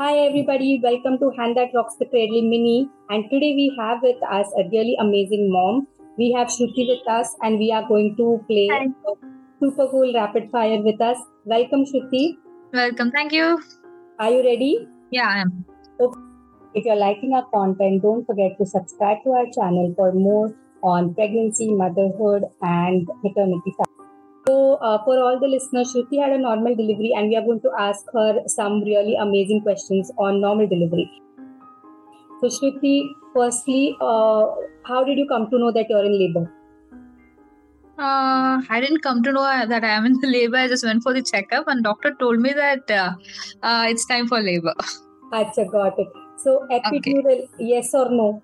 Hi everybody, welcome to Hand That Rocks the Cradle Mini. And today we have with us a really amazing mom. We have Shruti with us and we are going to play Hi. a super cool rapid fire with us. Welcome Shruti. Welcome. Thank you. Are you ready? Yeah, I am. If you're liking our content, don't forget to subscribe to our channel for more on pregnancy, motherhood, and maternity. So, uh, for all the listeners, Shruti had a normal delivery, and we are going to ask her some really amazing questions on normal delivery. So, Shruti, firstly, uh, how did you come to know that you're in labor? Uh, I didn't come to know that I am in the labor. I just went for the checkup, and doctor told me that uh, uh, it's time for labor. Acha, got it. So, epidural, yes or no?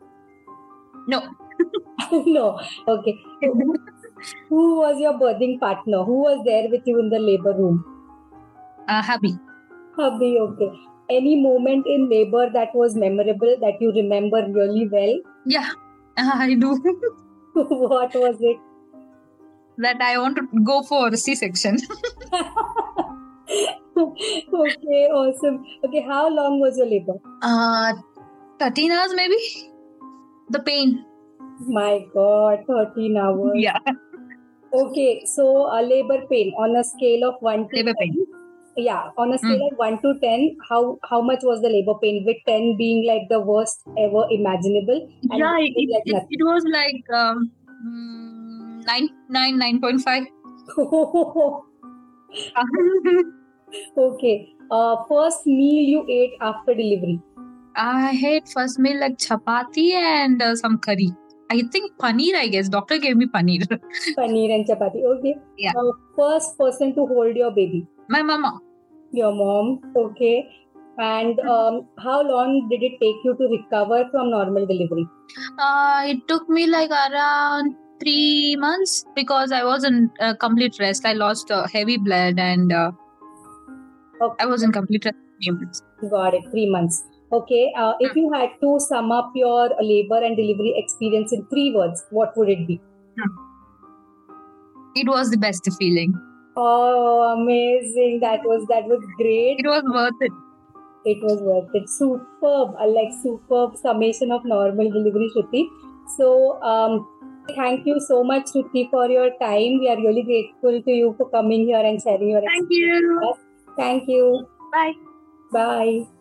No. no. Okay. Uh, Who was your birthing partner? Who was there with you in the labor room? uh, happy. Hubby, okay. Any moment in labor that was memorable that you remember really well? Yeah, Uh, I do. what was it? that I want to go for C-section. okay, awesome. Okay, how long was your labor? Uh, 13 hours maybe. The pain. My God, 13 hours. Yeah, Okay, so a labor pain on a scale of 1 to labor pain. yeah, on a scale of 1 to 10, how how much was the labor pain with 10 being like the worst ever imaginable? And yeah, it it, was like it, nothing. it was like um, mm, nine, nine, nine point five. okay. Uh, first meal you ate after delivery. I had first meal like chapati and uh, some curry. I think paneer, I guess. Doctor gave me paneer. Paneer and chapati. Okay. Yeah. Uh, first person to hold your baby. My mama. Your mom. Okay. And Mm-hmm. um, how long did it take you to recover from normal delivery? Uh, it took me like around three months because I was in uh, complete rest. I lost uh, heavy blood and uh, Okay. I was in complete rest. for three months. Got it. Three months. Okay. Uh, if you had to sum up your labor and delivery experience in three words, what would it be? It was the best feeling. Oh, amazing! That was that was great. It was worth it. it was worth it. Superb, I like superb summation of normal delivery, Shruti. So, um, thank you so much, Shruti, for your time. We are really grateful to you for coming here and sharing your Thank you. Thank you. Bye. Bye.